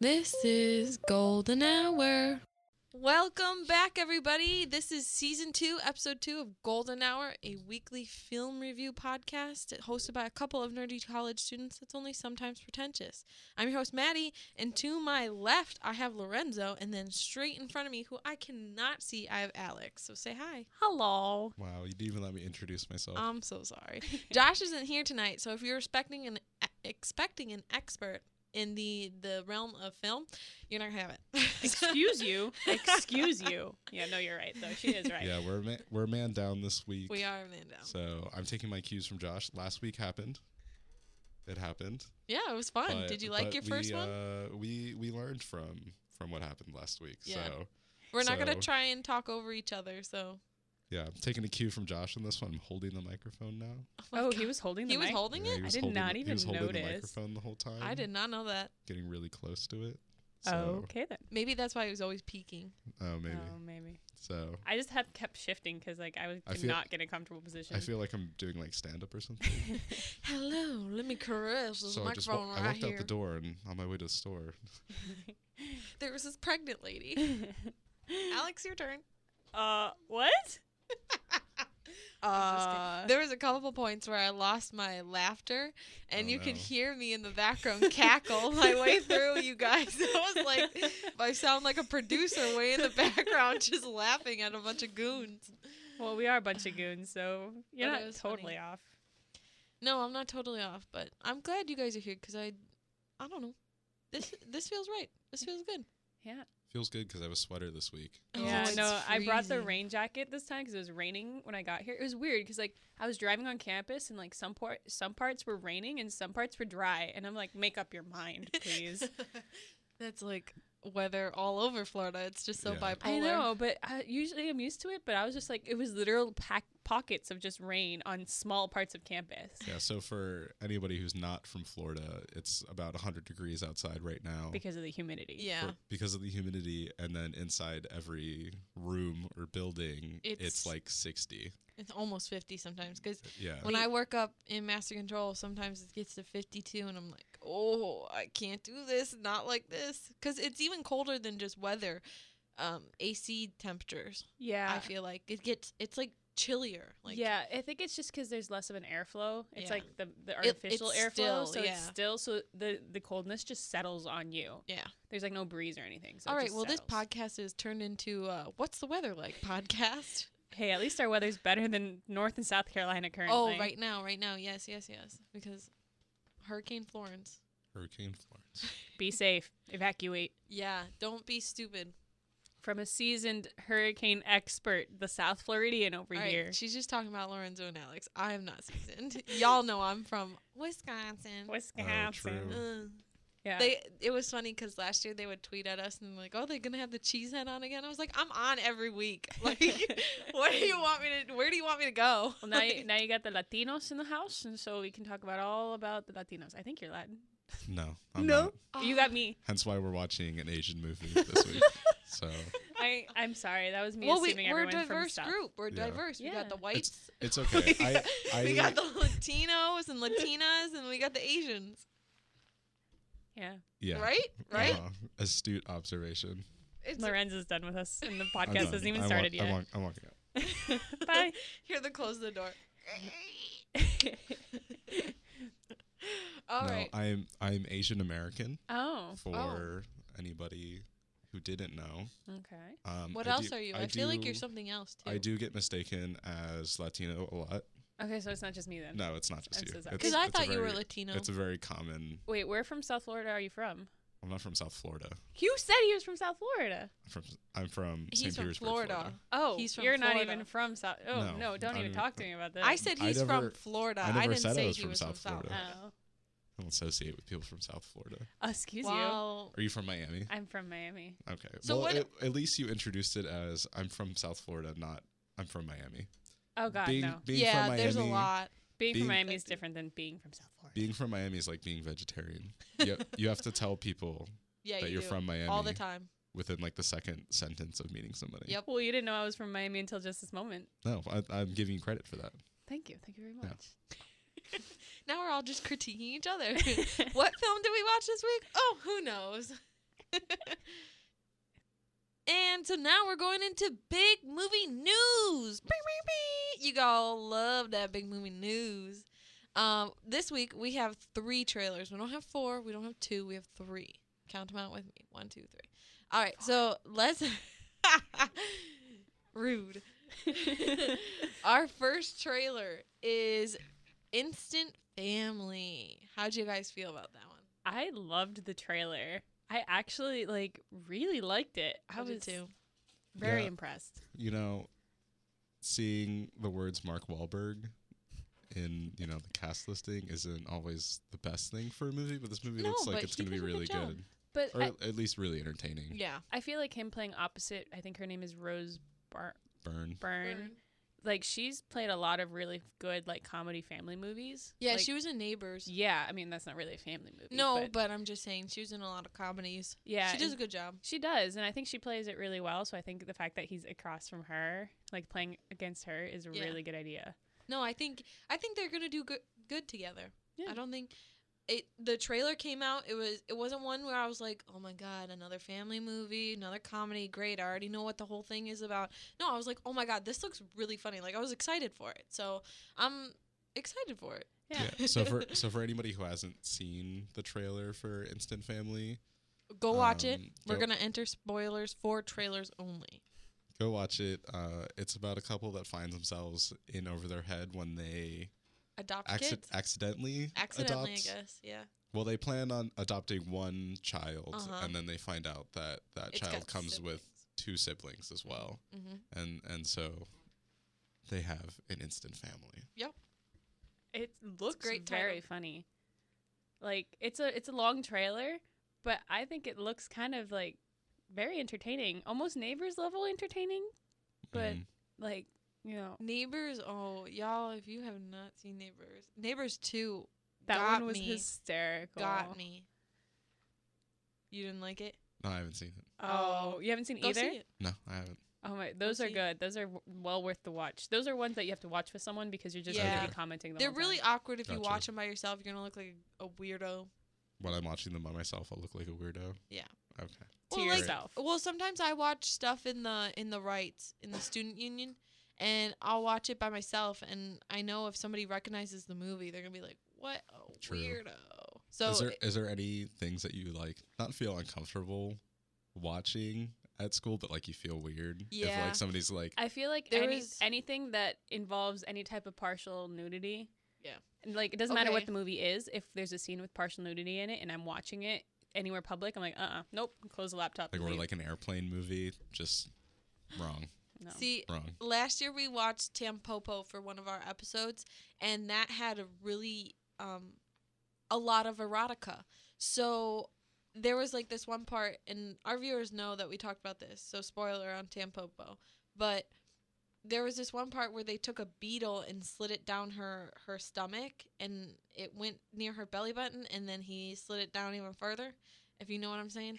This is Golden Hour. Welcome back, everybody. This is season two, episode two of Golden Hour, a weekly film review podcast hosted by a couple of nerdy college students that's only sometimes pretentious. I'm your host, Maddie, and to my left, I have Lorenzo, and then straight in front of me, who I cannot see, I have Alex. So say hi. Hello. Wow, you didn't even let me introduce myself. I'm so sorry. Josh isn't here tonight, so if you're expecting an expecting an expert in the the realm of film, you're not gonna have it. Excuse you. Excuse you. Yeah, no, you're right though. She is right. Yeah, we're a man, we're a man down this week. We are man down. So I'm taking my cues from Josh. Last week happened. It happened. yeah, it was fun. but- Did you like but your first we, one? Uh, we we learned from from what happened last week. Yeah. So We're not gonna so- try and talk over each other. So yeah, I'm taking a cue from Josh on this one. I'm holding the microphone now. my Oh, God. he was holding the he was mic. holding Yeah, it. he was did holding not the- even he was holding notice. the microphone the whole time. I did not know that. Getting really close to it. Oh, So, okay then. Maybe that's why he was always peeking. oh, maybe. Oh, maybe. So I just had kept shifting because like I was I did feel- not get a comfortable position. I feel like I'm doing like stand up or something. Hello, let me caress this so I just wa- microphone I right walked here. out the door and on my way to the store. There was this pregnant lady. Alex, your turn. uh, what? I'm just kidding. Uh, There was a couple points where I lost my laughter, and Oh, you could no. hear me in the background cackle my way through. You guys, I was like, I sound like a producer way in the background, just laughing at a bunch of goons. well, we are a bunch of goons, so you're But it not was totally funny. off. No, I'm not totally off, but I'm glad you guys are here because I, I don't know, this this feels right. This feels good. Yeah. Feels good because I have a sweater this week. Oh, yeah, it's no, I brought the freezing. rain jacket this time because it was raining when I got here. It was weird because like I was driving on campus and like some part some parts were raining and some parts were dry, and I'm like, make up your mind, please. That's like weather all over Florida. It's just so Yeah. bipolar. I know, but I, usually I'm used to it. But I was just like, it was literal pack, pockets of just rain on small parts of campus Oh. Yeah, so for anybody who's not from Florida, it's about 100 degrees outside right now because of the humidity. Yeah. for- because of the humidity. And then inside every room or building, it's, It's- like 60. It's almost 50 sometimes because Yeah. When I work up in master control, sometimes it gets to 52, and I'm like, oh, I can't do this, not like this. Because it's even colder than just weather, um, AC temperatures. yeah. I feel like it gets, it's like chillier. Like, yeah, I think it's just because there's less of an airflow. It's Yeah. like the, the artificial it's airflow, still- so yeah. it's still so the the coldness just settles on you. Yeah. There's like no breeze or anything. So All it right. just Well, this settles. podcast is turned into uh, what's the weather like podcast. Hey, at least our weather's better than North and South Carolina currently. oh, right now, right now. Yes, yes, yes. Because Hurricane Florence. Hurricane Florence. Be safe. Evacuate. Yeah. Don't be stupid. From a seasoned hurricane expert, the South Floridian over All right, here. She's just talking about Lorenzo and Alex. I am not seasoned. Y'all know I'm from Wisconsin. Wisconsin. true. Uh, yeah. They it was funny because last year they would tweet at us and like, oh, they're gonna have the cheese head on again. I was like, I'm on every week. Like, what do you want me to? Where do you want me to go? Well, now, you, Like, now you got the Latinos in the house, and so we can talk about all about the Latinos. I think you're Latin. No. I'm No. not. You got me. Hence why we're watching an Asian movie this week. So I I'm sorry. That was me well, we, assuming we're a everyone diverse from South. group. We're Yeah. diverse. We got the Yeah. whites. it's okay. we, got, I, I, we got the Latinos and Latinas, and we got the Asians. Yeah. yeah, Right? Right? uh, astute observation. It's Lorenzo's done with us, and the I'm podcast done. hasn't even I'm walk- started I'm, yet. walk- I'm walking out. Bye. Here they close the door. All no, right. I'm I'm Asian American oh. for anybody who didn't know. Okay. Um, what I else do- are you? I, feel like you're do- something else too. I do get mistaken as Latino a lot. Okay, so it's not just me then. No, it's not just I'm you. so sorry. It's- Because I it's a thought you were very- Latino. It's a very common. Wait, where from South Florida are you from? I'm not from South Florida. You said he was from South Florida. I'm from I'm from He's St. from Petersburg, Florida. Oh, He's from you're not Florida. even from South. Oh no, No, don't I'm even not talk to from- me about this. I said I he's from never- Florida. I I, never didn't said I say was he from was South from South Florida. Florida. Oh, I don't associate with people from South Florida. Oh, excuse Well, Are you from Miami? you. I'm from Miami. Okay. So well, what- at- at least you introduced it as I'm from South Florida, not I'm from Miami. Oh God, being, no. being yeah, from Miami, there's a lot. Being, being- from Miami is different than being from South Florida. Being from Miami is like being vegetarian. you, you have to tell people Yeah, that you you're do. from Miami all the time. within like the second sentence of meeting somebody. Yep. Well, you didn't know I was from Miami until just this moment. No, I, I'm giving you credit for that. Thank you. Thank you very Yeah. much. Now we're all just critiquing each other. what film did we watch this week? Oh, who knows? and so now we're going into big movie news. Beep, beep, beep. You all love that big movie news. Um, this week we have three trailers. We don't have four. We don't have two. We have three. Count them out with me. One, two, three. All right. So let's. Rude. Our first trailer is Instant Family. How'd you guys feel about that one? I loved the trailer. I actually like really liked it. I was very Yeah. impressed. You know, seeing the words Mark Wahlberg in you know the cast listing isn't always the best thing for a movie, but this movie No, looks like but it's he going to be did a really good job. good, But or I, at least really entertaining. Yeah. I feel like him playing opposite. I think her name is Rose Bar- Burn. Byrne. Like she's played a lot of really good like comedy family movies. Yeah, Like, she was in Neighbors. Yeah, I mean that's not really a family movie. No, but, but I'm just saying she was in a lot of comedies. yeah, she does and- a good job. She does, and I think she plays it really well. So I think the fact that he's across from her, like playing against her, is a Yeah. really good idea. No, I think I think they're gonna do good good together. Yeah. I don't think it. The trailer came out. It was it wasn't one where I was like, oh my god, another family movie, another comedy. Great, I already know what the whole thing is about. No, I was like, oh my god, this looks really funny. Like I was excited for it. So I'm excited for it. Yeah. So for so for anybody who hasn't seen the trailer for Instant Family, Go watch it. Um, We're go- gonna enter spoilers for trailers only. go watch it. Uh, it's about a couple that finds themselves in over their head when they Adopt acci- kids. accidentally Accidentally, adopts. I guess. Yeah. Well, they plan on adopting one child, Uh-huh. and then they find out that that It's child got comes with siblings. two siblings as well, Mm-hmm. and and so they have an instant family. It looks great title. very funny. Like it's a it's a long trailer, but I think it looks kind of like very entertaining, almost neighbors level entertaining. But Mhm. like you know, Neighbors, oh y'all, if you have not seen Neighbors, Neighbors Two that Got one was me. hysterical. got me. You didn't like it? no, I haven't seen it. Oh, you haven't seen Go either. see it. No, I haven't. Oh my, those are see. good. Those are w- well worth the watch. Those are ones that you have to watch with someone because you're just going Yeah. to be commenting. The They're whole time. really awkward if you Gotcha. watch them by yourself. You're gonna look like a weirdo. When I'm watching them by myself, I'll look like a weirdo. Yeah. Okay. to well, like, yourself. Well, sometimes I watch stuff in the in the rights in the student union, and I'll watch it by myself. And I know if somebody recognizes the movie, they're gonna be like, "What a True. weirdo." So is there it- is there any things that you like not feel uncomfortable watching at school, but like you feel weird if Yeah. like somebody's like I feel like There any, was- anything that involves any type of partial nudity. Yeah. And, Like it doesn't matter Okay. what the movie is. If there's a scene with partial nudity in it, and I'm watching it anywhere public, I'm like, uh, uh nope, close the laptop. like and or leave. like an airplane movie, just wrong, no. see, wrong. last year we watched Tampopo for one of our episodes, and that had a really um, a lot of erotica. So there was like this one part, and our viewers know that we talked about this. So spoiler on Tampopo, but there was this one part where they took a beetle and slid it down her her stomach, and it went near her belly button, and then he slid it down even further. If you know what I'm saying.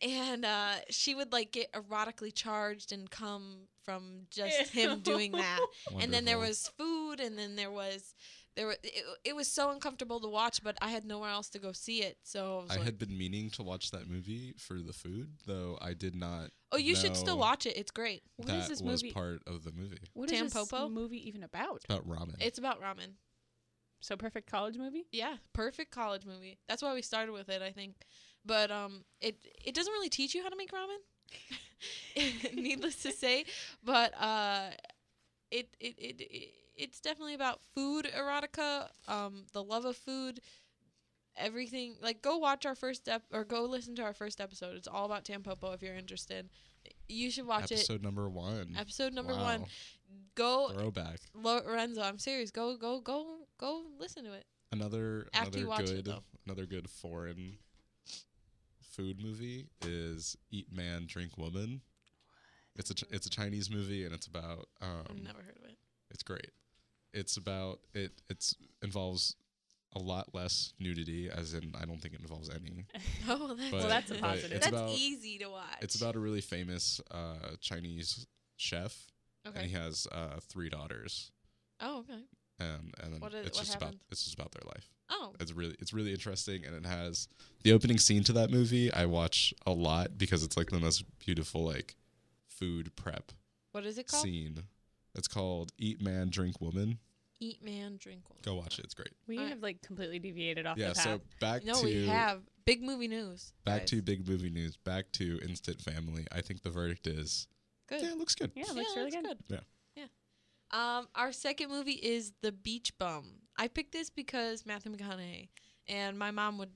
And uh, she would like get erotically charged and come from just him doing that and then there Wonderful. was food and then there was there were, it, it was so uncomfortable to watch but i had nowhere else to go see it so I was I like, had been meaning to watch that movie for the food, though I did not. oh you should still know watch it it's great What that is this was movie? part of the movie. What is Tampopo? this movie even about? It's about ramen. it's about ramen So perfect college movie. yeah perfect college movie that's why we started with it i think but um it it doesn't really teach you how to make ramen needless to say but uh it it, it it it's definitely about food erotica um the love of food everything like go watch our first step or go listen to our first episode it's all about tampopo if you're interested you should watch episode number one. it episode number Wow. one go Throwback. lorenzo i'm serious go go go go listen to it Another After you another watch it, good though. another good foreign food movie is Eat Man Drink Woman. It's a Ch- it's a Chinese movie and it's about i've um never heard of it it's great. It's about it it's involves a lot less nudity as in I don't think it involves any. Oh, that's, Well, that's a but positive. That's it's about- easy to watch. It's about a really famous uh Chinese chef and okay. he has uh three daughters Oh, okay. and and then What is- it's what just happened? about it's just about their life. Oh, It's really it's really interesting, and it has the opening scene to that movie. I watch a lot because it's like the most beautiful like food prep what is it called? scene. It's called Eat Man, Drink Woman. Eat man, drink woman. Go watch it. It's great. We Alright. have like completely deviated off yeah. the path. So back No, to we have big movie news. back guys. to big movie news. Back to Instant Family. I think the verdict is good. yeah, it looks good. yeah, it looks really good. Yeah. Yeah. Um, our second movie is The Beach Bum. I picked this because Matthew McConaughey, and my mom would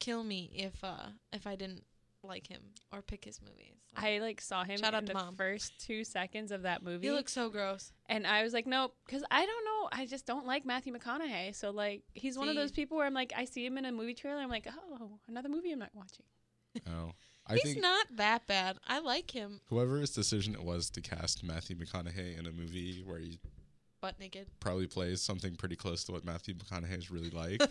kill me if uh if I didn't like him or pick his movies. Like, I like saw him Shout out in to the Mom. first two seconds of that movie, he looks so gross. and I was like, nope, because I don't know, I just don't like Matthew McConaughey. So like, he's one of those See. people where I'm like, I see him in a movie trailer, I'm like, oh, another movie I'm not watching. Oh, I He's think not that bad. I like him, whoever's decision it was to cast Matthew McConaughey in a movie where he butt naked. probably plays something pretty close to what Matthew McConaughey is really like.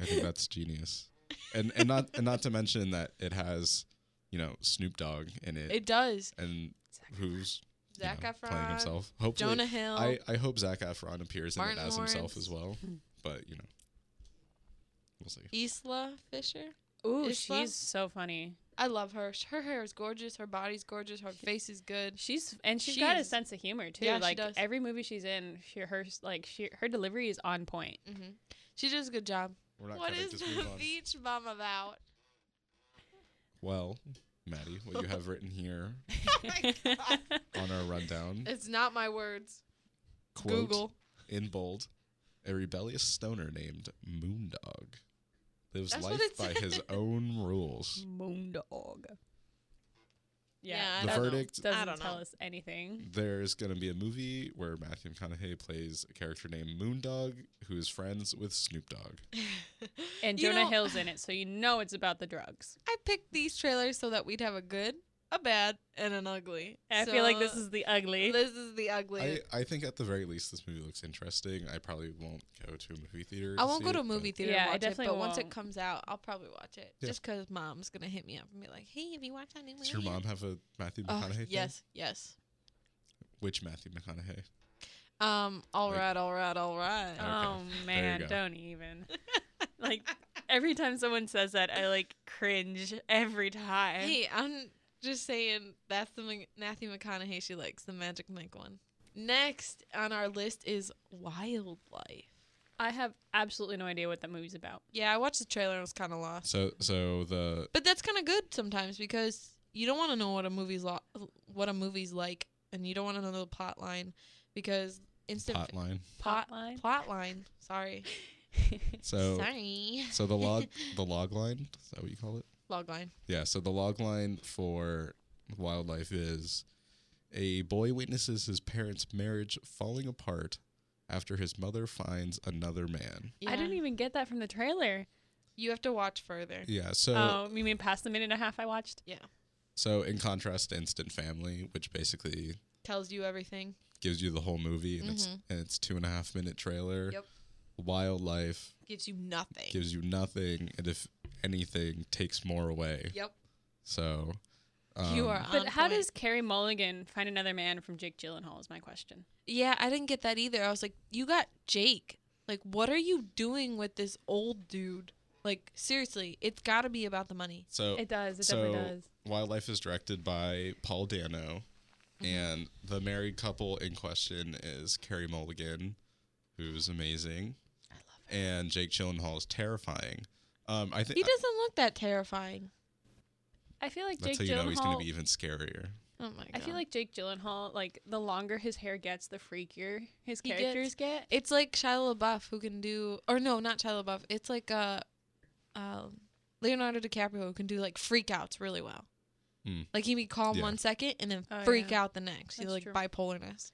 I think that's genius. And and not and not to mention that it has, you know, Snoop Dogg in it, It does. and Zac who's you Zac know, playing Efron, himself. Hopefully, Jonah Hill. I I hope Zach Efron appears in Martin it as Lawrence. himself as well. But you know, we'll see. Isla Fisher. Ooh, Isla? she's so funny. I love her. Sh- Her hair is gorgeous. Her body's gorgeous. Her face is good. She's and she's got a She's- sense of humor too. Yeah, she like does. every movie she's in, she her like she her delivery is on point. hmm She does a good job. We're not What gonna is just the move on. beach bum about? Well, Maddie, what you have written here Oh my God. on our rundown, It's not my words. quote Google. in bold, a rebellious stoner named Moondog lives That's what life it by his said. own rules. Moondog. Yeah, Yeah, I The don't know. verdict I doesn't don't tell know. us anything. There's going to be a movie where Matthew McConaughey plays a character named Moondog who is friends with Snoop Dogg. And You Jonah know- Hill's in it, so you know it's about the drugs. I picked these trailers so that we'd have a good, a bad, and an ugly. I feel like So, this is the ugly. this is the ugly. I, I think at the very least this movie looks interesting. I probably won't go to a movie theater. I won't see go to it, a movie but theater Yeah, I to watch it, but definitely once it won't. comes out, I'll probably watch it. Yeah. Just 'cause Just because mom's gonna hit me up and be like, "Hey, have you watched that new movie?" Does your yet?" mom have a Matthew Oh, McConaughey? thing? yes, yes. Which Matthew McConaughey? Um. All Like- right, all right, all right. Okay. Oh man, go. don't even. like every time someone says that, I like cringe every time. Hey, I'm just saying that's the Mc- Matthew McConaughey she likes, the Magic Mike one. Next on our list is Wildlife. I have absolutely no idea what that movie's about. Yeah, I watched the trailer and was kind of lost. So so the But that's kind of good sometimes because you don't want to know what a movie's lo- what a movie's like, and you don't want to know the plot line because instant plot line. Plot- Hotline. plot line. Sorry, So sorry. so the log the log line, is that what you call it? Log line. Yeah, so the log line for wildlife is a boy witnesses his parents' marriage falling apart after his mother finds another man. Yeah. I didn't even get that from the trailer. You have to watch further. Yeah, so oh, you mean past the minute and a half I watched? so in contrast to Instant Family, which basically Tells you everything. gives you the whole movie and it's Mhm. and it's two and a half minute trailer. Yep. Wildlife Gives you nothing. gives you nothing and if anything takes more away. yep. So you um, are. But on how point. does Carrie Mulligan find another man from Jake Gyllenhaal? Is my question. Yeah, I didn't get that either. I was like, you got Jake. Like, what are you doing with this old dude? Like, seriously, it's got to be about the money. so It does. It so definitely does. Wildlife is directed by Paul Dano, and the married couple in question is Carrie Mulligan, who's amazing, I love it. and Jake Gyllenhaal is terrifying. Um, I think He doesn't look that terrifying. I feel like that's Jake how you know he's going Gyllenhaal. to be even scarier. Oh my god. I feel like Jake Gyllenhaal. Like the longer his hair gets, the freakier his He characters get. it's like Shia LaBeouf who can do, or no, not Shia LaBeouf. It's like uh, um, Leonardo DiCaprio who can do like freakouts really well. Hmm. Like he be calm Yeah. one second and then Oh, freak yeah. out the next. He That's like true. bipolarness.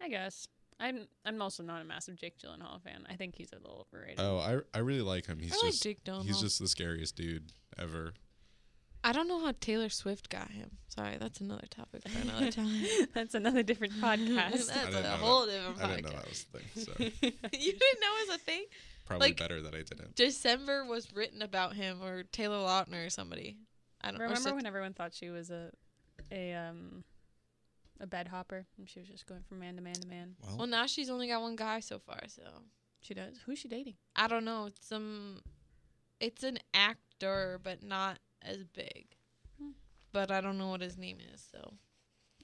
I guess. I'm. I'm also not a massive Jake Gyllenhaal fan. I think he's a little overrated. Oh, I I really like him. He's I like just Jake Gyllenhaal. he's just the scariest dude ever. I don't know how Taylor Swift got him. Sorry, that's another topic for another time. That's another different podcast. That's didn't a know whole different I didn't know podcast. that was the thing. So you didn't know it was a thing. probably Like- better that I didn't. December was written about him, or Taylor Lautner, or somebody. I don't know. Remember when everyone thought she was a, a um, a bed hopper, and she was just going from man to man to man. Well, Well, now she's only got one guy so far, so She does. Who's she dating? I don't know. It's some, it's an actor, but not as big. Hmm. But I don't know what his name is. So,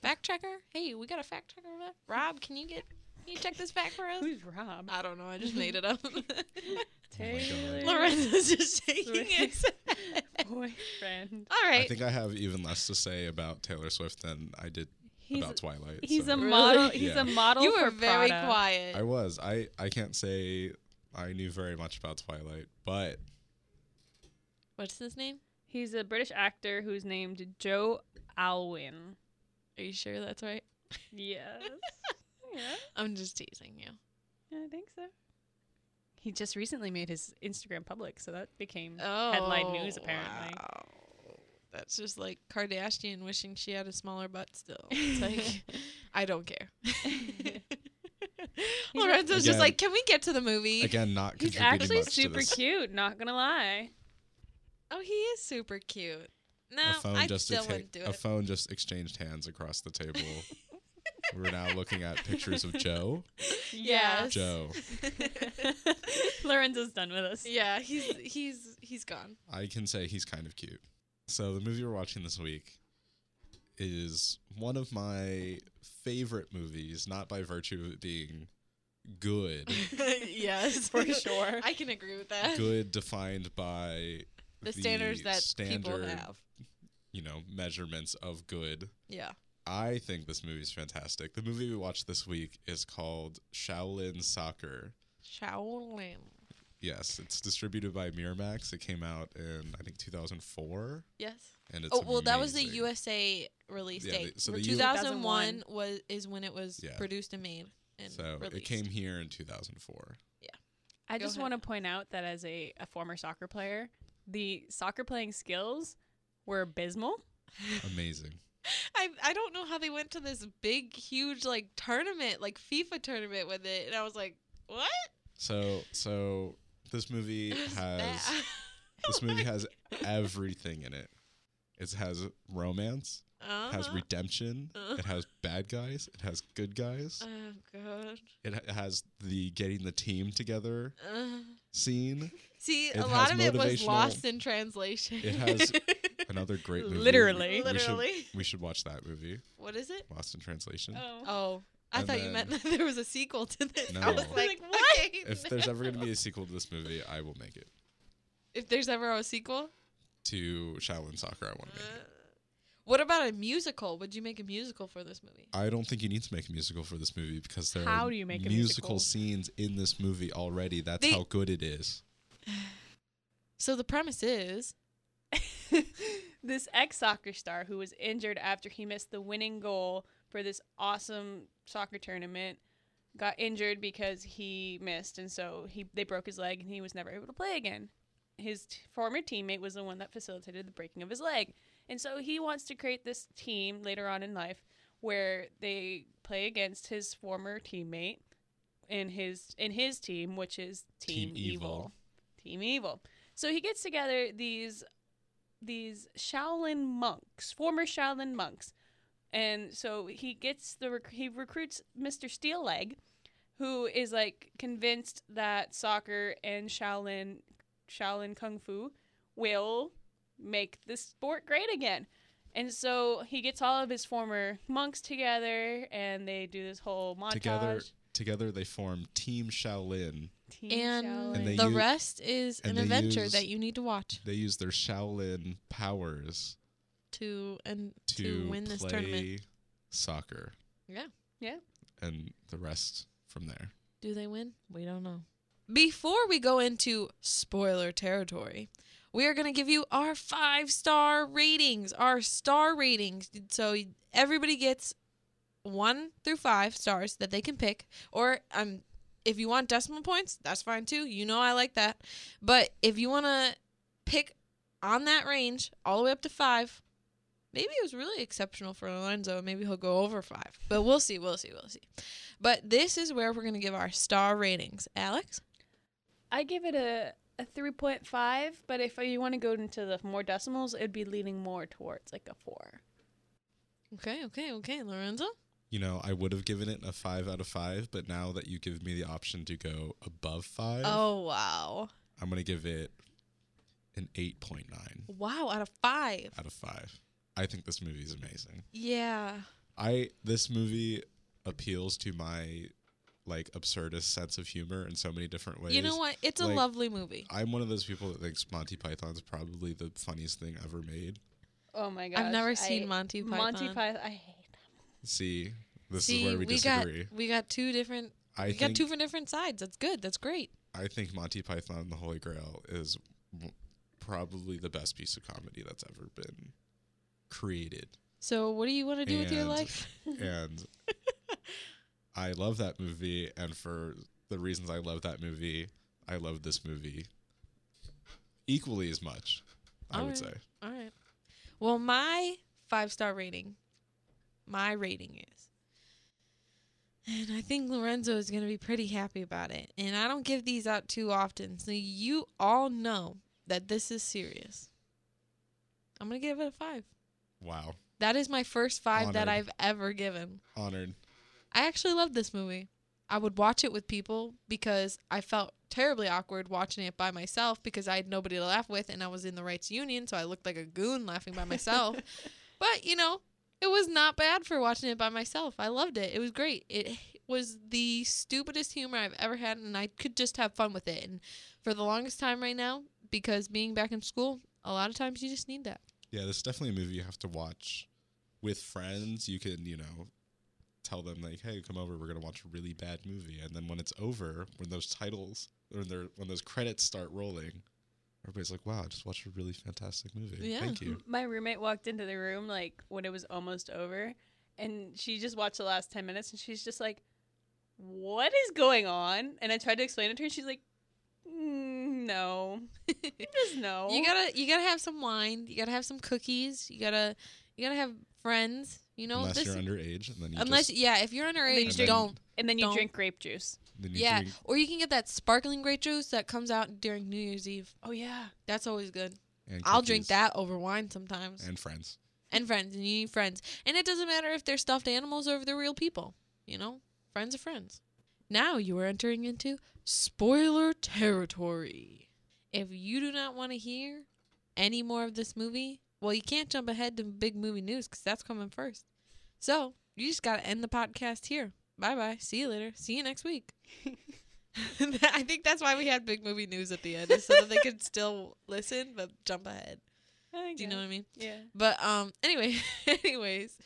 fact checker. Hey, we got a fact checker. over there? Rob, can you get can you check this fact for us? Who's Rob? I don't know. I just made it up. God. Lorenzo's just shaking his head. boyfriend. All I right. think I have even less to say about Taylor Swift than I did He's about Twilight. he's so. a Really? model. He's Yeah. a model. you were for very Prada. quiet. I was. I I can't say I knew very much about Twilight, but What's his name? He's a British actor who's named Joe Alwyn. Are you sure that's right? Yes. yeah, I'm just teasing you. I think so. He just recently made his Instagram public, so that became Oh, headline news apparently. wow. That's just like Kardashian wishing she had a smaller butt still. It's like I don't care. Lorenzo's just Again- like, can we get to the movie? again, not He's contributing actually much to super this. cute, not gonna lie. Oh, he is super cute. No, A phone I just still exa- wouldn't do a it. phone just exchanged hands across the table. We're now looking at pictures of Joe. Yes. Joe, Lorenzo's done with us. yeah, he's he's he's gone. I can say he's kind of cute. So the movie we're watching this week is one of my favorite movies, not by virtue of it being good. yes, For sure. I can agree with that. good defined by The, standards that people standard, have. you know, measurements of good. Yeah. I think this movie's fantastic. The movie we watched this week is called Shaolin Soccer. Shaolin. Yes, it's distributed by Miramax. It came out in I think 2004, Yes. and it's Oh well, that was the amazing. USA release Yeah, date. the- so the U- 2001 was is when it was Yeah. produced and made and So released. it came here in 2004. I Go just ahead. want to point out that as a, a former soccer player, the soccer playing skills were abysmal. Amazing. I I don't know how they went to this big huge like tournament like FIFA tournament with it, and I was like, what? So so this movie It was has bad. Oh this movie has everything in it. It has romance, has Uh-huh. redemption. It has bad guys. It has good guys. oh god. It ha- has the getting the team together Uh, scene. see, It a has lot of it was motivational- lost in translation. It has Another great movie. Literally. We- we should- literally. We should watch that movie, What is it? Lost in Translation. Oh, I And thought you meant that there was a sequel to this. I No. was like, Like, what? If there's ever going to be a sequel to this movie, I will make it. if there's ever a sequel. Uh, To Shaolin Soccer, I want to make it. What about a musical? Would you make a musical for this movie? I don't think you need to make a musical for this movie because there How are do you make a musical? scenes in this movie already. That's They- how good it is. So the premise is Oh. this ex soccer star who was injured after he missed the winning goal for this awesome soccer tournament got injured because he missed and so he they broke his leg and he was never able to play again. His t- former teammate was the one that facilitated the breaking of his leg. And so he wants to create this team later on in life where they play against his former teammate in his in his team which is Team, Team Evil. Evil. Team Evil. So he gets together these these Shaolin monks, former Shaolin monks, and so he gets the rec- he recruits Mr. Steel Leg, who is like convinced that soccer and Shaolin Shaolin Kung Fu will make the sport great again. And so he gets all of his former monks together, and they do this whole montage. Together, together they form Team Shaolin. Team and, Shaolin. And they the use- rest is an and they adventure use- that you need to watch They use their Shaolin powers to and to, to, win play this tournament. soccer. Yeah. Yeah. And the rest from there. Do they win? We don't know. Before we go into spoiler territory, we are going to give you our five star ratings, our star ratings. So everybody gets one through five stars that they can pick. Or um, if you want decimal points, that's fine too. You know I like that. But if you want to pick on that range, all the way up to five, maybe it was really exceptional for Lorenzo. Maybe he'll go over five. But we'll see. We'll see. We'll see. But this is where we're going to give our star ratings. Alex? I give it a, a 3.5, but if you want to go into the more decimals, it'd be leaning more towards like a 4. Okay, okay, okay. Lorenzo? you know, I would have given it a five out of five, but now that you give me the option to go above five, Oh wow. I'm gonna give it an eight point nine Wow, out of five. out of five. I think this movie is amazing. Yeah. I this movie appeals to my like absurdist sense of humor in so many different ways. You know what? It's a like- lovely Oh movie. I'm one of those people that thinks Monty Python's probably the funniest thing ever made. Oh my gosh. I've never I- seen Monty Python. Monty Python. I hate that. See, this See, is where we, disagree. got we got two different I we think got two from different sides. That's good. That's great. I think Monty Python and the Holy Grail is w- probably the best piece of comedy that's ever been created. So what do you want to do with your And- life? and I love that movie. And for the reasons I love that movie, I love this movie equally as much. I would Alright. say All right. Well, my five star rating, my rating is, and I think Lorenzo is going to be pretty happy about it. And I don't give these out too often, so you all know that this is serious. I'm going to give it a five. wow, That is my first five that Honored. I've ever given. honored. I actually loved this movie. I would watch it with people because I felt terribly awkward watching it by myself because I had nobody to laugh with and I was in the rights union, so I looked like a goon laughing by myself. but, you know, it was not bad for watching it by myself. I loved it. It was great. It was the stupidest humor I've ever had and I could just have fun with it. And for the longest time right now, because being back in school, a lot of times you just need that. Yeah, this is definitely a movie you have to watch with friends. You can, you know, tell them like, "Hey, come over. We're gonna watch a really bad movie." And then when it's over, when those titles or when, they're- when those credits start rolling, everybody's like, "Wow, I just watched a really fantastic movie. Yeah. Thank you." My roommate walked into the room like when it was almost over, and she just watched the last ten minutes, and she's just like, "What is going on?" And I tried to explain it to her, and she's like, "Mm, "No, just no." You gotta you gotta have some wine. You gotta have some cookies. You gotta you gotta have friends. You know unless this. you're underage, and then you unless just, yeah, if you're you underage, drink- don't. and then you don't- drink grape juice. then you Yeah, drink- or you can get that sparkling grape juice that comes out during New Year's Eve. Oh yeah, That's always good. and I'll drink cookies that over wine sometimes. And, and friends. friends, and you need friends. And it doesn't matter if they're stuffed animals or if they're real people. You know, friends are friends. Now you are entering into spoiler territory. If you do not want to hear any more of this movie, well, you can't jump ahead to big movie news because that's coming first. So you just got to end the podcast here. Bye bye. See you later. See you next week. I think that's why we had big movie news at the end, is so that they could still listen but jump ahead. I Do you know what I mean? Yeah. But um, anyway, anyways,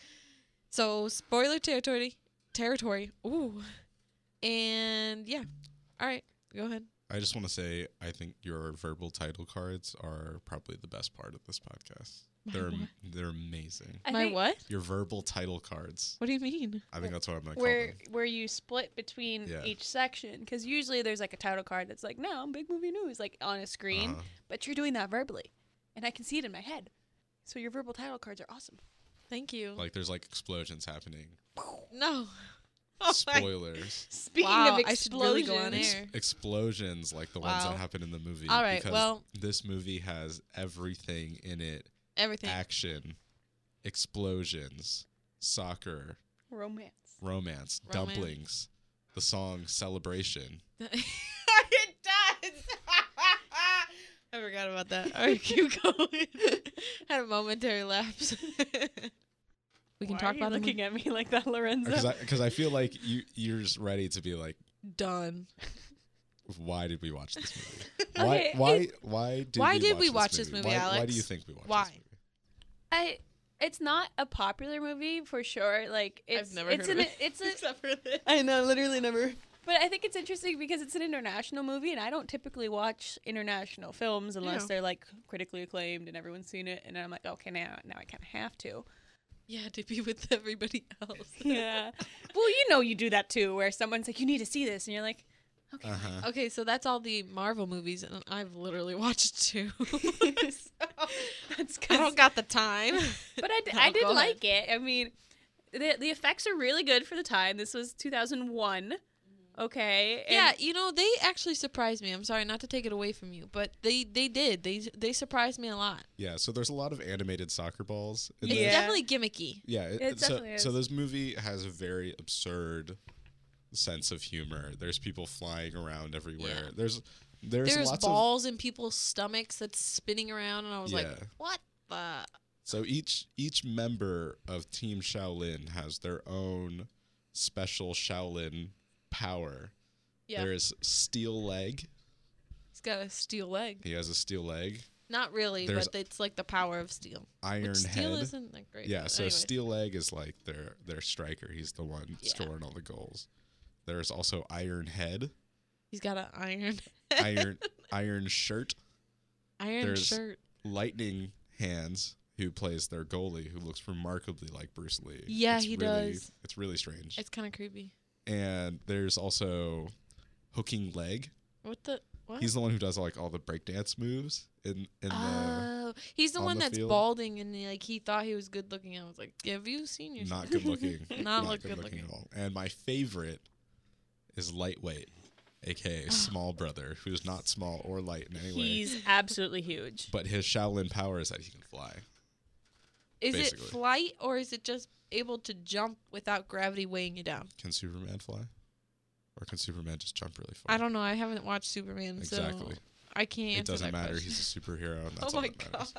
so spoiler territory, territory. Ooh, and yeah. All right, go ahead. I just want to say, I think your verbal title cards are probably the best part of this podcast. They're am- they're amazing. I My think what? Your verbal title cards. What do you mean? I think that's what I'm gonna call Where them. where you split between Yeah. each section because usually there's like a title card that's like no big movie news like on a screen Uh-huh. but you're doing that verbally and I can see it in my head so your verbal title cards are awesome Thank you. Like there's like explosions happening. no. Oh my. Spoilers. Speaking Wow, of I explosions, should really go on Ex- air. explosions like the ones Wow. that happen in the movie. All right, because well- this movie has everything in it: Everything. action, explosions, soccer, romance. romance, Romance. dumplings, the song "Celebration." it does. I forgot about that. All right, keep going. Had a momentary lapse. we can Why talk are you about the looking movie. at me like that, Lorenzo. Because I, feel like you you're just ready to be like, Done. why did we watch this movie? Okay, Why why why did Why we did watch we this watch this movie? movie, why, Why Alex? do you think we watched Why? this movie? I it's not a popular movie for sure. Like it's never it's heard an, of it. it's a Except for this. I know, literally never. But I think it's interesting because it's an international movie, and I don't typically watch international films unless Yeah. they're like critically acclaimed and everyone's seen it. And I'm like, okay, now now I kind of have to. Yeah, to be with everybody else. Yeah. well, you know, you do that too, where someone's like, you need to see this, and you're like, okay. Uh huh. Okay, so that's all the Marvel movies, and I've literally watched two. That's I good. don't got the time. But uh, I, d- No, I did go ahead. like it. I mean, the the effects are really good for the time. This was 2001. Okay. and- yeah, you know, they actually surprised me. I'm sorry not to take it away from you, but they they did. They they surprised me a lot. Yeah, so there's a lot of animated soccer balls. in It's this. Yeah. definitely gimmicky. Yeah, it, It so, definitely so is. this movie has a very absurd sense of humor. There's people flying around everywhere. Yeah. There's there's, There's, lots of balls in people's stomachs that's spinning around, and I was like, Yeah. what the? so each each member of Team Shaolin has their own special Shaolin power. Yeah, There is steel leg. he's got a steel leg. He has a steel leg. Not really, There's- but it's like the power of steel. Iron Which steel head. isn't that great. Yeah, but so anyway. Steel Leg is like their their striker. He's the one Yeah. scoring all the goals. There's also Iron Head, He's got an iron Iron Iron Shirt, iron There's- shirt. Lightning Hands, who plays their goalie, who looks remarkably like Bruce Lee. Yeah, he really, does. It's really strange. It's kind of creepy. and there's also Hooking Leg. What the? What? He's the one who does like all the breakdance moves in in the oh, he's the on one the that's field. balding and like he thought he was good looking. I was like, have you seen yourself? not good looking, Not look good at looking. all. And my favorite is Lightweight, aka Small Brother, who's not small or light in any way. He's absolutely huge. But his Shaolin power is that he can fly. is basically. it flight or is it just able to jump without gravity weighing you down? Can Superman fly? Or can Superman just jump really far? I don't know. I haven't watched Superman, Exactly. so I can't. It answer doesn't that matter. question. He's a superhero. And oh that's all my that god. matters.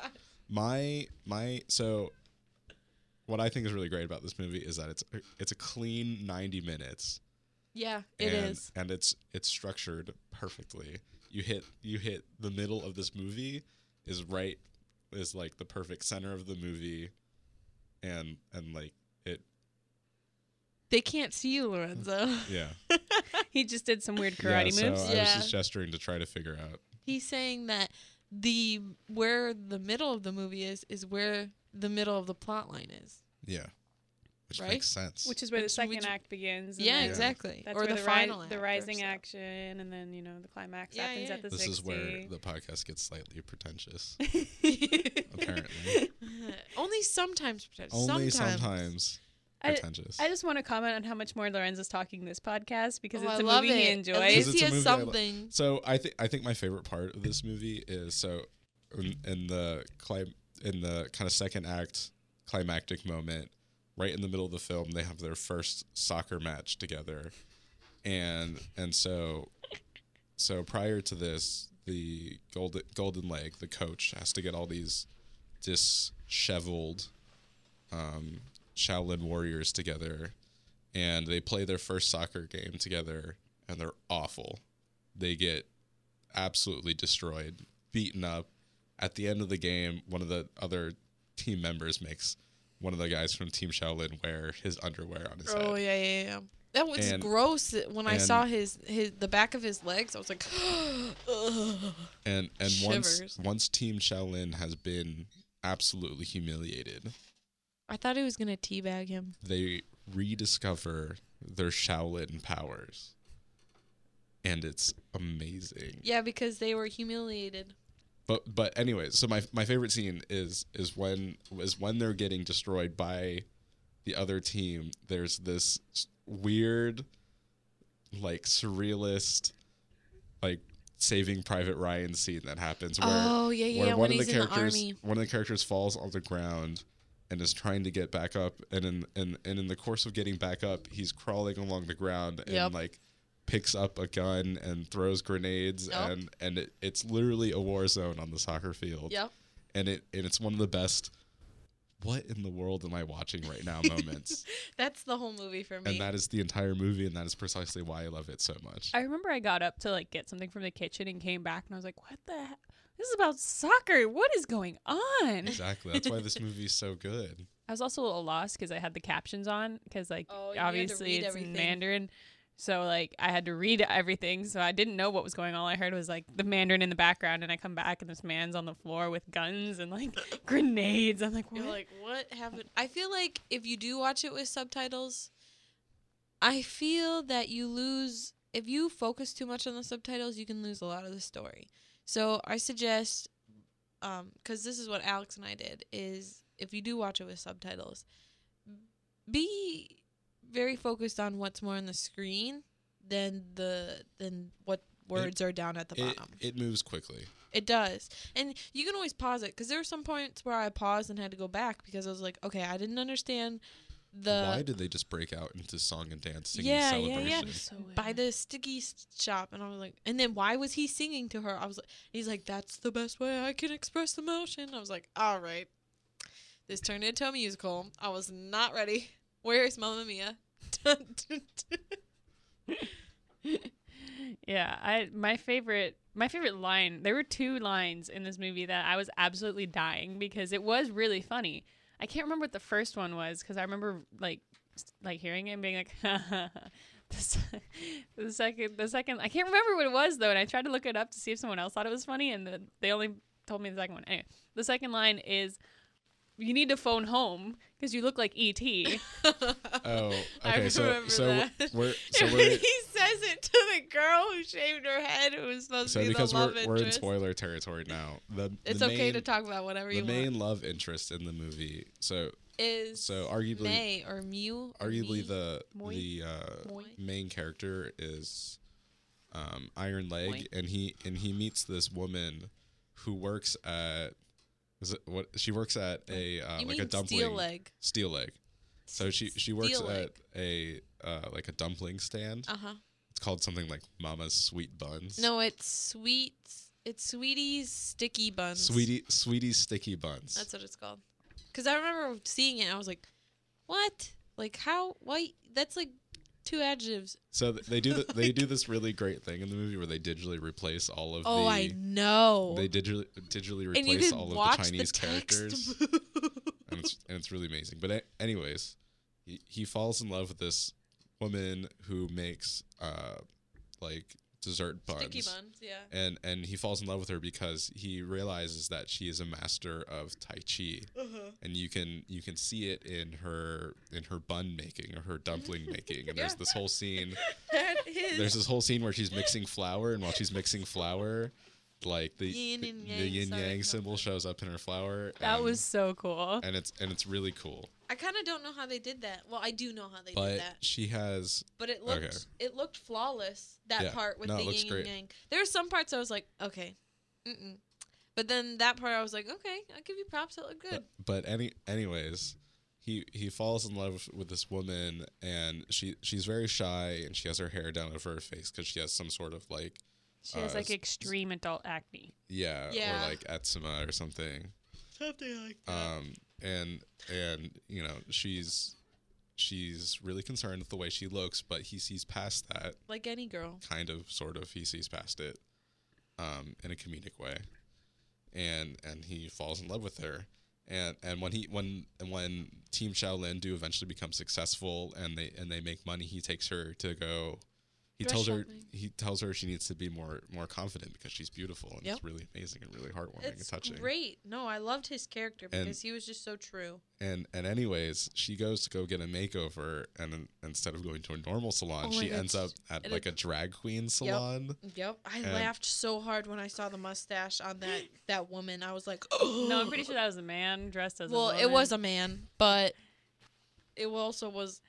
My my so what I think is really great about this movie is that it's a, it's a clean 90 minutes. Yeah, it and, is. and it's it's structured perfectly. You hit you hit the middle of this movie is right is like the perfect center of the movie, and and like it They can't see you, Lorenzo. yeah He just did some weird yeah. karate So moves. I was Yeah. just gesturing to try to figure out. He's saying that the where the middle of the movie is is where the middle of the plot line is. Yeah, which Right? makes sense. Which is where the Which- second which- act begins. and Yeah, then exactly. That's or where the, the, ri- final, act the or rising so. action, and then you know the climax Yeah, happens yeah. at the this 60. is where the podcast gets slightly pretentious. apparently. Only sometimes pretentious. Only sometimes. sometimes I- pretentious. I just want to comment on how much more Lorenzo's talking this podcast because Oh, it's I a love movie he it. At enjoys. Because least it's he a has movie I lo- something. So I think I think my favorite part of this movie is so in, in the clim- in the kind of second act climactic moment, right in the middle of the film, they have their first soccer match together, and and so so prior to this, the golden golden leg, the coach, has to get all these disheveled um, Shaolin warriors together, and they play their first soccer game together, and they're awful they get absolutely destroyed, beaten up. At the end of the game, one of the other team members makes one of the guys from Team Shaolin wear his underwear on his Oh head. yeah, yeah, yeah. That was And- gross. that When I and- saw his his the back of his legs, I was like, ugh. And and once Shivers. once Team Shaolin has been absolutely humiliated, I thought he was gonna teabag him. they rediscover their Shaolin powers. And it's amazing. Yeah, because they were humiliated. But but anyways, so my my favorite scene is is when is when they're getting destroyed by the other team. There's this s- weird, like surrealist, like Saving Private Ryan scene that happens where oh yeah, yeah. where yeah, one When of the he's in the characters army. one of the characters falls on the ground and is trying to get back up and in and, and in the course of getting back up he's crawling along the ground and Yep. like picks up a gun and throws grenades Yep. and and it, it's literally a war zone on the soccer field Yep. and it and it's one of the best what in the world am I watching right now moments That's the whole movie for me. and that is the entire movie and that is precisely why I love it so much I remember I got up to like get something from the kitchen and came back and I was like, "What the? He- this is about soccer. What is going on?" exactly that's why this movie is so good I was also a little lost because I had the captions on because like Oh, you had to obviously read it's everything. in Mandarin, so like I had to read everything, so I didn't know what was going on. All I heard was like the Mandarin in the background, and I come back and this man's on the floor with guns and like grenades. I'm like, what? You're like, what happened? I feel like if you do watch it with subtitles, I feel that you lose. If you focus too much on the subtitles, you can lose a lot of the story. So I suggest, because this is what Alex and I did, is if you do watch it with subtitles, be very focused on what's more on the screen than the than what words are down at the It, bottom. it moves quickly. It does. And you can always pause it because there were some points where I paused and had to go back because I was like, okay, I didn't understand the Why did they just break out into song and dance singing Yeah, yeah, celebration? yeah. So by the sticky s- shop and I was like and then why was he singing to her? I was like he's like that's the best way I can express emotion. I was like, all right. This turned into a musical. I was not ready. Where is Mamma Mia? Dun, dun, dun. yeah, I my favorite my favorite line. There were two lines in this movie that I was absolutely dying because it was really funny. I can't remember what the first one was because I remember like s- like hearing it and being like. The, se- the second, the second, I can't remember what it was though, and I tried to look it up to see if someone else thought it was funny, and the, they only told me the second one. Anyway, the second line is, "You need to phone home because you look like E ET." Oh, okay. I so remember so that. we're so And when we're he says it to the girl who shaved her head who was supposed so to be the because we're, love we're in interest. spoiler territory now. The it's the okay main, to talk about whatever The you want. main love interest in the movie. So Is so arguably May or Mew? or arguably Me? the Moi. the uh, Moi. main character is um, Iron Leg, Moi. and he and he meets this woman who works at is it what she works at a uh, you like mean a dumpling steel leg? Steel Leg. So she she works Steel at Leg. a uh, like a dumpling stand. Uh huh. It's called something like Mama's Sweet Buns. No, it's sweet. It's Sweetie's sticky buns. Sweetie Sweetie's Sticky Buns. That's what it's called. Because I remember seeing it, and I was like, "What? Like how? Why? That's like two adjectives." so th- they do th- they do this really great thing in the movie where they digitally replace all of oh, the I know. they digitally digitally and you replace can all watch of the Chinese text characters. move. and it's and it's really amazing. But a- anyways, he, he falls in love with this woman who makes uh like dessert buns. Sticky buns, yeah. And and he falls in love with her because he realizes that she is a master of tai chi. And you can you can see it in her in her bun making or her dumpling making. And there's Yeah. this whole scene That is. there's this whole scene where she's mixing flour, and while she's mixing flour, like the Yin the- and the yang, yin sorry, yang not symbol that. shows up in her flour. That and- was so cool. and it's and it's really cool. I kind of don't know how they did that. Well, I do know how they But did that. she has But it looked Okay. it looked flawless that Yeah. part with No, it the looks yin great. and yang. There were some parts I was like, okay, mm-mm. but then that part I was like, okay, I'll give you props. It looked good. but, but any anyways, he he falls in love with this woman and she she's very shy and she has her hair down over her face cuz she has some sort of like She has Uh, like s- extreme adult acne. yeah, Yeah. or like eczema or something. Something like Um and and you know, she's she's really concerned with the way she looks, but he sees past that like any girl. kind of sort of he sees past it um, in a comedic way and and he falls in love with her and and when he when and when team Shaolin do eventually become successful and they and they make money he takes her to go he Dress tells her shopping. he tells her she needs to be more more confident because she's beautiful and Yep. it's really amazing and really heartwarming It's and touching great. No, I loved his character And- because he was just so true. and and anyways she goes to go get a makeover and in- instead of going to a normal salon Oh my she God, ends up at at a- like a, drag queen salon Yep, I And- laughed so hard when I saw the mustache on that that woman. I was like, No, I'm pretty sure that was a man dressed as Well, a it was a man, but it also was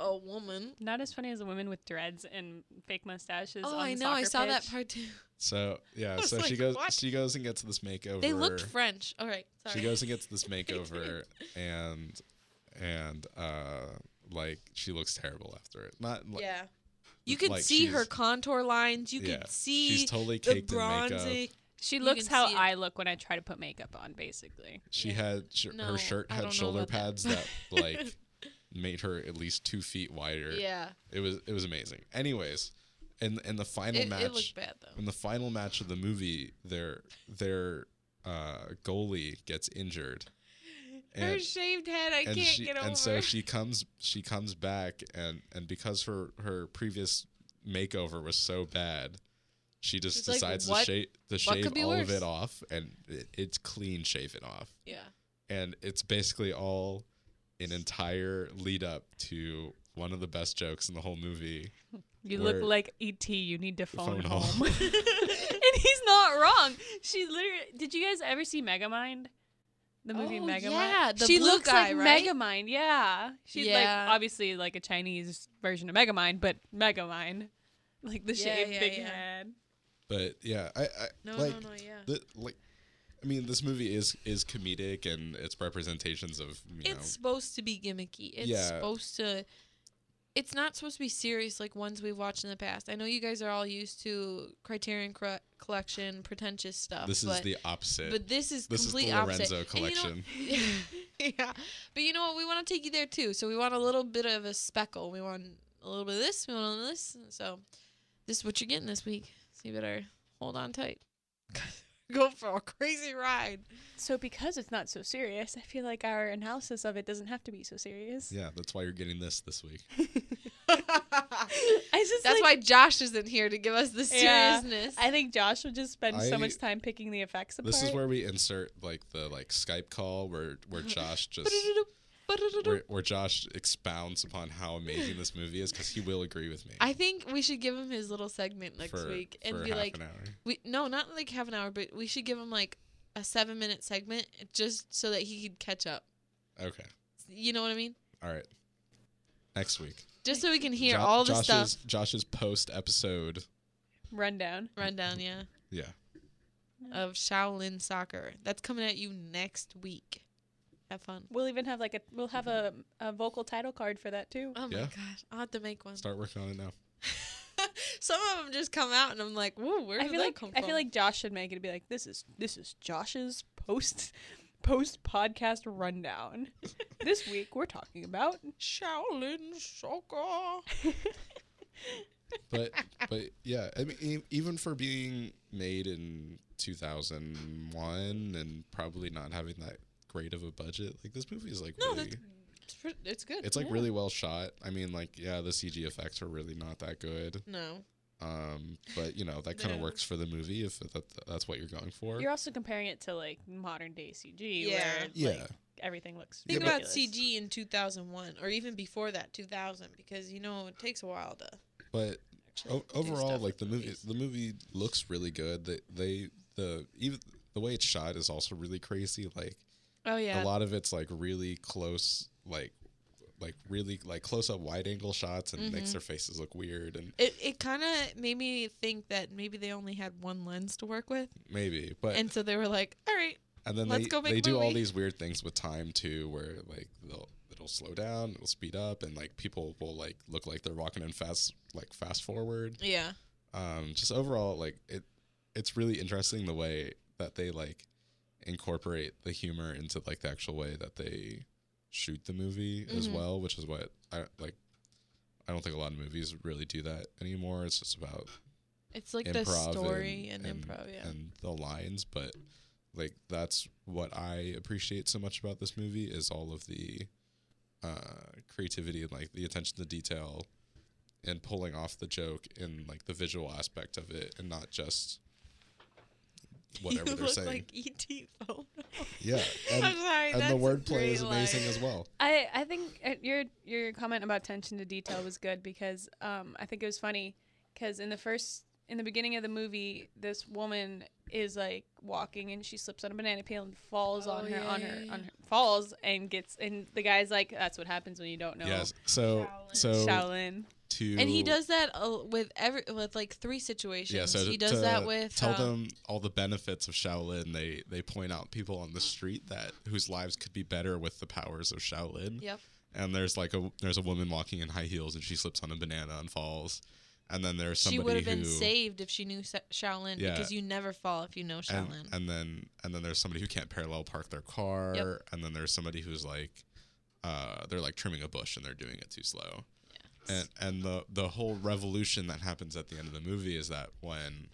a woman. not as funny as a woman with dreads and fake mustaches. Oh, on I the know. I soccer saw that pitch. part too. So yeah, was so she like, goes "What?" she goes and gets this makeover. They looked French. All right, sorry. she goes and gets this makeover did. and and uh like she looks terrible after it. Not like yeah. You could like see she's- her contour lines. You yeah, could see she's totally the caked in makeup. bronzy. She You looks can how see it. I look when I try to put makeup on, basically. She Yeah. had sh- No, her shirt I don't know had shoulder about that. pads that like made her at least two feet wider. Yeah, It was it was amazing. Anyways, in in the final it, match it looked bad though. in the final match of the movie, their their uh, goalie gets injured. Her shaved head, I and can't she, get over. and so she comes she comes back and and because her her previous makeover was so bad she just She's like, decides "What- to shave to what shave could be all of worse?" it off and it, it's clean shaven off yeah, and it's basically all an entire lead up to one of the best jokes in the whole movie You Where- look like ET. You need to phone, Phone home. home. and he's not wrong. She literally. Did you guys ever see Megamind? The movie Oh, Megamind. yeah, the she blue looks guy, like right? Megamind. Yeah, she's Yeah. like obviously like a Chinese version of Megamind, but Megamind. like the Yeah, shaved yeah, big yeah. head. But yeah, I, I No, like no, no, yeah. The, like, I mean, this movie is is comedic and it's representations of you it's supposed to be gimmicky. It's Yeah. supposed to. It's not supposed to be serious like ones we've watched in the past. I know you guys are all used to Criterion Cro- Collection, pretentious know stuff. this but, is the opposite. But this is this is complete the opposite. Lorenzo And you know- collection. yeah, but you know what? We want to take you there too. So we want a little bit of a speckle. We want a little bit of this. We want a little this. So this is what you're getting this week. So you better hold on tight. Go for a crazy ride. So because it's not so serious, I feel like our analysis of it doesn't have to be so serious. yeah, that's why you're getting this this week. I just That's like- why Josh isn't here to give us the Yeah. seriousness. I think Josh would just spend so I- much time picking the effects apart. This is where we insert like the like Skype call where where Josh just where, where Josh expounds upon how amazing this movie is because he will agree with me. I think we should give him his little segment next for, week for and be half like, an hour. we no, not like half an hour, but we should give him like a seven minute segment just so that he could catch up. Okay, You know what I mean? all right, next week. Just so we can hear Jo- all the Josh's, stuff. Josh's post episode. Rundown. Rundown, yeah, Yeah, of Shaolin soccer. That's coming at you next week. Have fun. We'll even have like a we'll have a, a vocal title card for that too. Oh my Yeah. gosh, I'll have to make one. start working on it now. Some of them just come out, and I'm like, "Whoa, where I did feel that like come from?" I feel like Josh should make it and be like this is this is Josh's post post podcast rundown. this week we're talking about Shaolin soccer. but but yeah, I mean, e- even for being made in 2001 and probably not having that great of a budget, like this movie is like No, really, that's- It's, pret- it's good. it's like yeah. really well shot. I mean, like yeah, the CG effects are really not that good. no. Um, but you know that kind of No. works for the movie if that, that's what you're going for. You're also comparing it to like modern day CG Yeah. where yeah, like everything looks Think Yeah, but- about CG in 2001 or even before that, 2000, because you know it takes a while to but actually. o- do overall, stuff with like the movie, movies. the movie looks really good. They they the even the way it's shot is also really crazy. Like Oh a yeah. lot of it's like really close like like really like close up wide angle shots and makes Mhm. their faces look weird and It it kind of made me think that maybe they only had one lens to work with, maybe but and and, so they were like, "All right, then let's they, go make they a do all movie. these weird things with time too where like they'll it'll slow down it'll speed up and like people will like look like they're walking in fast like fast forward yeah, um just overall like it it's really interesting the way that they like incorporate the humor into like the actual way that they shoot the movie as Mhm. well which is what i like i don't think a lot of movies really do that anymore it's just about it's like the improv story and, improv." Yeah. and the lines but like that's what i appreciate so much about this movie is all of the uh creativity and like the attention to detail and pulling off the joke in like the visual aspect of it and not just whatever you they're look saying like ET phone. yeah and, I'm sorry. and that's the a wordplay is great amazing line. as well I I think uh, your your comment about attention to detail was good because um I think it was funny because in the first in the beginning of the movie this woman is like walking and she slips on a banana peel and falls on Oh, her yeah, on yeah, her yeah. on her falls and gets and the guy's like that's what happens when you don't know yes so so Shaolin to And he does that uh, with every with like three situations. Yeah, so he to- does to that with tell uh, them all the benefits of Shaolin. They they point out people on the street that whose lives could be better with the powers of Shaolin. Yep. And there's like a there's a woman walking in high heels and she slips on a banana and falls. And then there's She somebody would have been who saved if she knew Sa- Shaolin Yeah. because you never fall if you know and, Shaolin. and then and then there's somebody who can't parallel park their car. Yep. And then there's somebody who's like uh, they're like trimming a bush and they're doing it too slow. And and the the whole revolution that happens at the end of the movie is that when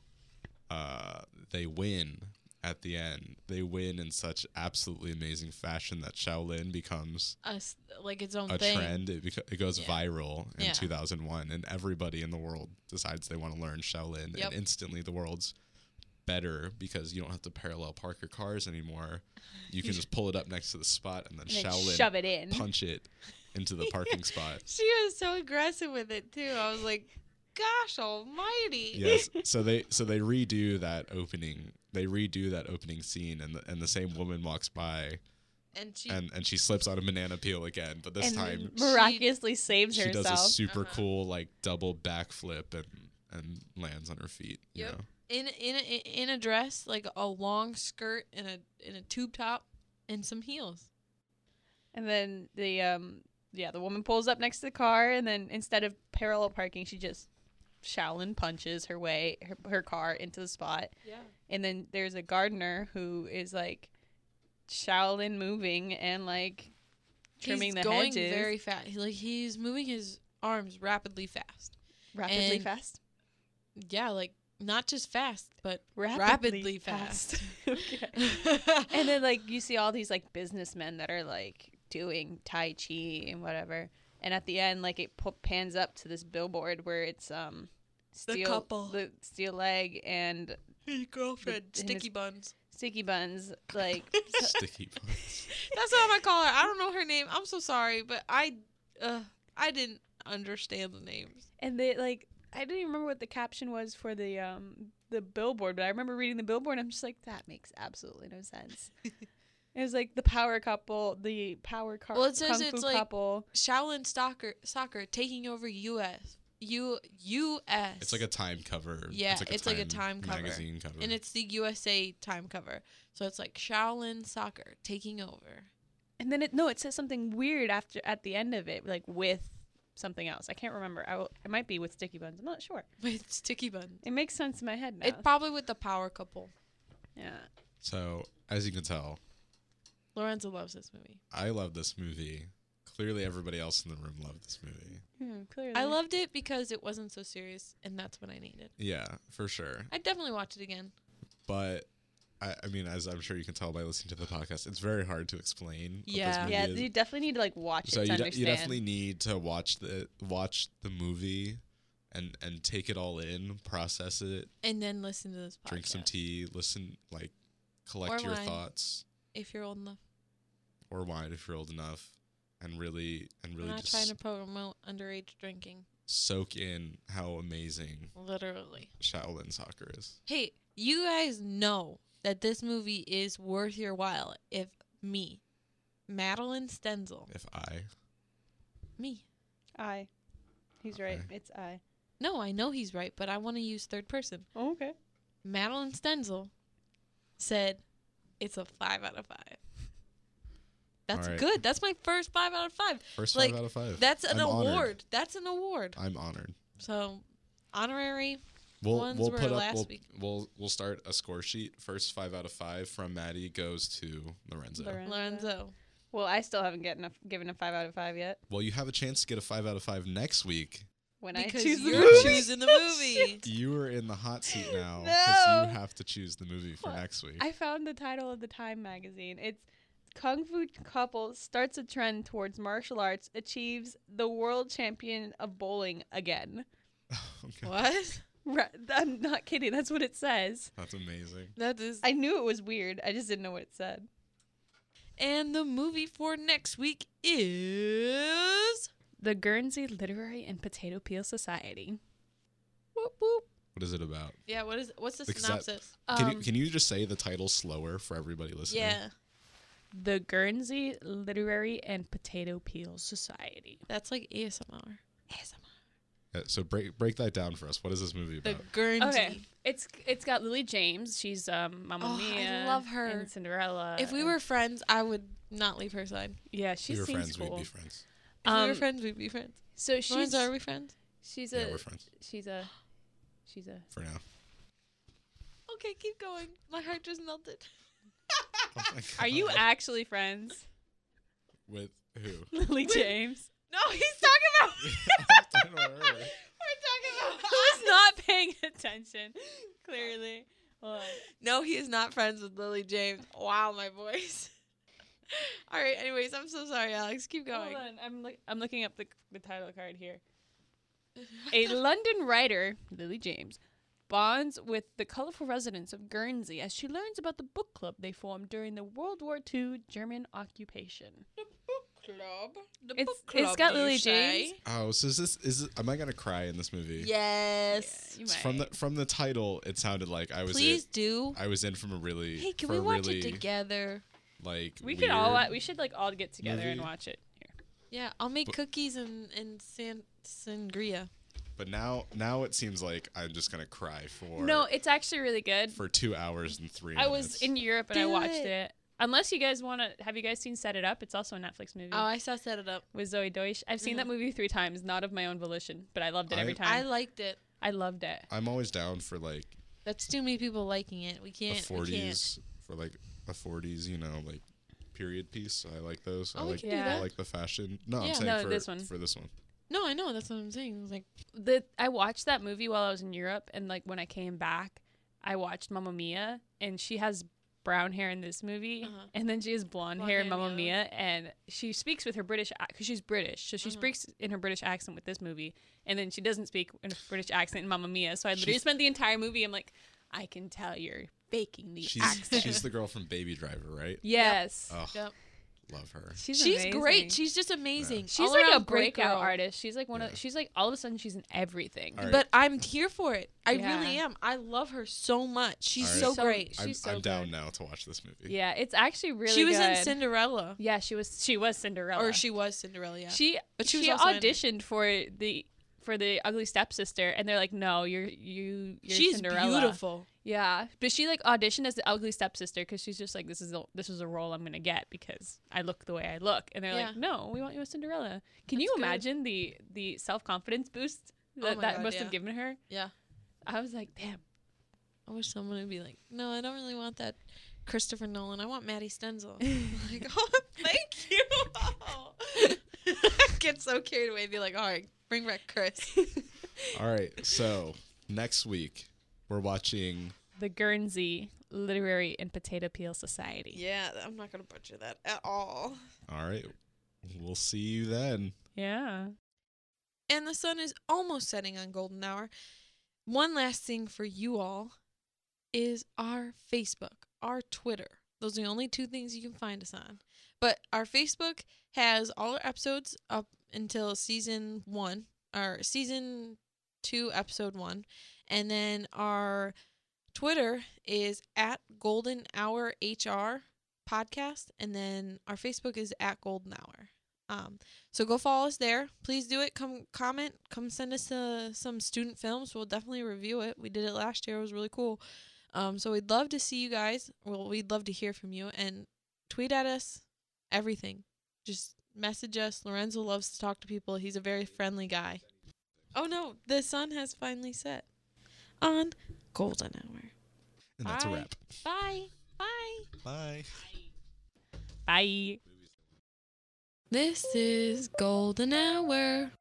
uh, they win at the end, they win in such absolutely amazing fashion that Shaolin becomes Us like its own a thing. trend. It, beco- it goes Yeah. viral in Yeah. 2001, and everybody in the world decides they want to learn Shaolin, Yep. and instantly the world's better because you don't have to parallel park your cars anymore. You can just pull it up next to the spot and then and then Shaolin shove it in punch it into the parking spot. She was so aggressive with it too. I was like, "Gosh Almighty!" Yes. So they so they redo that opening. They redo that opening scene, and the, and the same woman walks by, And she and and she slips on a banana peel again, but this and time miraculously saves she does a herself super Uh-huh. cool like double backflip and and lands on her feet. You Yep. know? in in a, in a dress, like a long skirt and a in a tube top and some heels. And then the um yeah, the woman pulls up next to the car and then instead of parallel parking, she just Shaolin punches her way her, her car into the spot. Yeah. And then there's a gardener who is like Shaolin moving and like he's trimming the going hedges very fast. He, like he's moving his arms rapidly fast. rapidly and- fast. Yeah, like not just fast, but Rapidly, rapidly fast. okay. And then like you see all these like businessmen that are like doing tai chi and whatever. And at the end, like it pu- pans up to this billboard where it's um The steel, couple. the steel leg and hey, girlfriend, The- and sticky his- buns. sticky buns. Like Sticky buns. That's what I'm gonna call her. I don't know her name. I'm so sorry, but I, uh, I didn't understand the names. and they like I didn't even remember what the caption was for the um the billboard, but I remember reading the billboard. and I'm just like that makes absolutely no sense. it was like the power couple, the power car, Well, it says kung it's, fu like, couple. Shaolin soccer, soccer taking over U.S. U U.S. It's like a Time cover. Yeah, it's like a Time cover. magazine cover. and it's the USA time cover. So it's like Shaolin soccer taking over. And then it no, it says something weird after at the end of it, like with something else. I can't remember. I will, it might be with sticky buns. I'm not sure. With sticky buns. It makes sense in my head now. It's probably with the power couple. yeah. so as you can tell, Lorenzo loves this movie. I love this movie. Clearly, everybody else in the room loved this movie. Hmm, clearly. I loved it because it wasn't so serious, and that's what I needed. Yeah, for sure. I'd definitely watch it again. But I, I mean, as I'm sure you can tell by listening to the podcast, it's very hard to explain. Yeah. What this Yeah, movie is. you definitely need to like watch so it you, to de- understand. you definitely need to watch the watch the movie, and and take it all in, process it, And then listen to this podcast. drink some tea, listen, like collect Or your wine. thoughts If you're old enough. or wine if you're old enough, and really and We're really not just trying to promote underage drinking. soak in how amazing Literally. Shaolin soccer is. Hey, you guys know that this movie is worth your while if me, Madeline Stenzel, If I me. I. He's right. Okay. It's I. No, I know he's right, but I want to use third person. Oh, okay. Madeline Stenzel said it's a five out of five. That's All right. good. That's my first five out of five. first Like, five out of five, That's an I'm honored. award. That's an award. I'm honored. So honorary. We'll ones we'll were put up last we'll, week. we'll we'll start a score sheet. First five out of five from Maddie goes to Lorenzo. Lorenzo. Lorenzo. Well, I still haven't gotten a, given a five out of five yet. Well, you have a chance to get a five out of five next week. When I Because choose the you're movie. choosing the Oh, movie. shit. You are in the hot seat now because No. you have to choose the movie for What? next week. I found the title of the Time magazine. It's Kung Fu couple starts a trend towards martial arts, achieves the world champion of bowling again. Okay. What? Ra- I'm not kidding. That's what it says. That's amazing. That is. I knew it was weird. I just didn't know what it said. And the movie for next week is. The Guernsey Literary and Potato Peel Society. Whoop whoop. What is it about? Yeah. What is? What's the Because that- synopsis? Can Um, you can you just say the title slower for everybody listening? yeah. the Guernsey Literary and Potato Peel Society. That's like ASMR. ASMR. Yeah, Uh, So break break that down for us. What is this movie The about? Guernsey. Okay, it's it's got Lily James. She's um, Mamma Oh, I Mia. love her. And Cinderella. If we and- were friends, I would not leave her side. yeah, If she we were seems friends, cool. we'd be friends. If we Um, were friends, we'd be friends. So Lorenzo, she's are we friends? she's Yeah, a we're friends she's a she's a for now. Okay, keep going. My heart just melted. Oh my Are you God. actually friends? with who? Lily James. No, he's talking about. I don't know her. We're talking about. Who's not paying attention? Clearly. Hold on. No, he is not friends with Lily James. Wow, my voice. All right. Anyways, I'm so sorry, Alex. Keep Hold going. on. I'm look I'm looking up the the title card here. A London writer, Lily James, bonds with the colorful residents of Guernsey as she learns about the book club they formed during the World War II German occupation. Club. The It's- book it's club, got you Lily say? James. Oh, so is this is it, am I gonna cry in this movie? Yes. Yeah, you It's From the might. from the title, it sounded like I was Please do. In, I was in from a really Hey, can for we a watch really, it together? Like we could all weird- we should like all get together and movie. watch it. Here. Yeah, I'll make But- cookies and and san- sangria. But now, now it seems like I'm just gonna cry for no, it's actually really good. for two hours and three. I minutes. was in Europe and I Do watched it. it. Unless you guys want to, have you guys seen Set It Up? It's also a Netflix movie Oh, I saw Set It Up. with Zoe Deutsch. I've seen Mhm. that movie three times, not of my own volition, but I loved it I- every I time. liked it. I, loved it. I'm always down for like That's too many people liking it. We a can't. We can't. 40s for like a 40s, you know, like period piece. I like those. Oh, I we like can Yeah. do I that. like the fashion. No, Yeah. I'm saying No, for this one. for this one. No, I know. That's what I'm saying. It was like, The I watched that movie while I was in Europe, and like when I came back, I watched Mamma Mia, and she has brown hair in this movie, Uh-huh. and then she has blonde, Blonde hair hair in in the Mamma other Mia, and she speaks with her British because she's British, so she Mhm. speaks in her British accent with this movie, and then she doesn't speak in a British accent in Mamma Mia. So I literally She's- spent the entire movie. I'm like, I can tell you're faking the She's accent. she's the girl from Baby Driver, right? yes. Oh, yep. love her. She's, She's amazing. great. She's just amazing. She's All like a around great breakout girl. artist. She's like one Yeah. of. She's like all of a sudden she's in everything. All right. But I'm here for it. I Yeah. really am. I love her so much. She's All right. so, So- great. I'm, she's so I'm down good. now to watch this movie. Yeah, it's actually really. she was in good. Cinderella, Yeah, she was. She was Cinderella. or she was Cinderella. Yeah. She. But she she, was also in it. auditioned for the for the ugly stepsister, and they're like, "No, you're you. You're She's Cinderella." beautiful. Yeah, but she like auditioned as the ugly stepsister because she's just like, "This is a, this is a role I'm gonna get because I look the way I look," and they're like, Yeah. "No, we want you as Cinderella." Can That's you good. imagine the the self confidence boost Oh that my that God, must yeah. have given her? Yeah. I was like, "Damn." I wish someone would be like, no, I don't really want that Christopher Nolan. I want Maddie Stenzel. like, oh, thank you. Get so carried away and be like, all right, bring back Chris. All right. So next week we're watching. the Guernsey Literary and Potato Peel Society. yeah, I'm not going to butcher that at all. All right. We'll see you then. yeah. and the sun is almost setting on golden hour. One last thing for you all is our Facebook, our Twitter. Those are the only two things you can find us on. But our Facebook has all our episodes up until season one, or season two, episode one. And then our Twitter is at Golden Hour HR podcast. And then our Facebook is at Golden Hour. Um, so go follow us there. Please do it. Come comment. Come send us uh, some student films. We'll definitely review it. We did it last year. It was really cool. Um, so we'd love to see you guys. Well, we'd love to hear from you and tweet at us. Everything. Just message us. Lorenzo loves to talk to people. He's a very friendly guy. Oh no, the sun has finally set on golden hour. And that's a Bye. wrap. Bye. Bye. Bye. Bye. This is golden hour.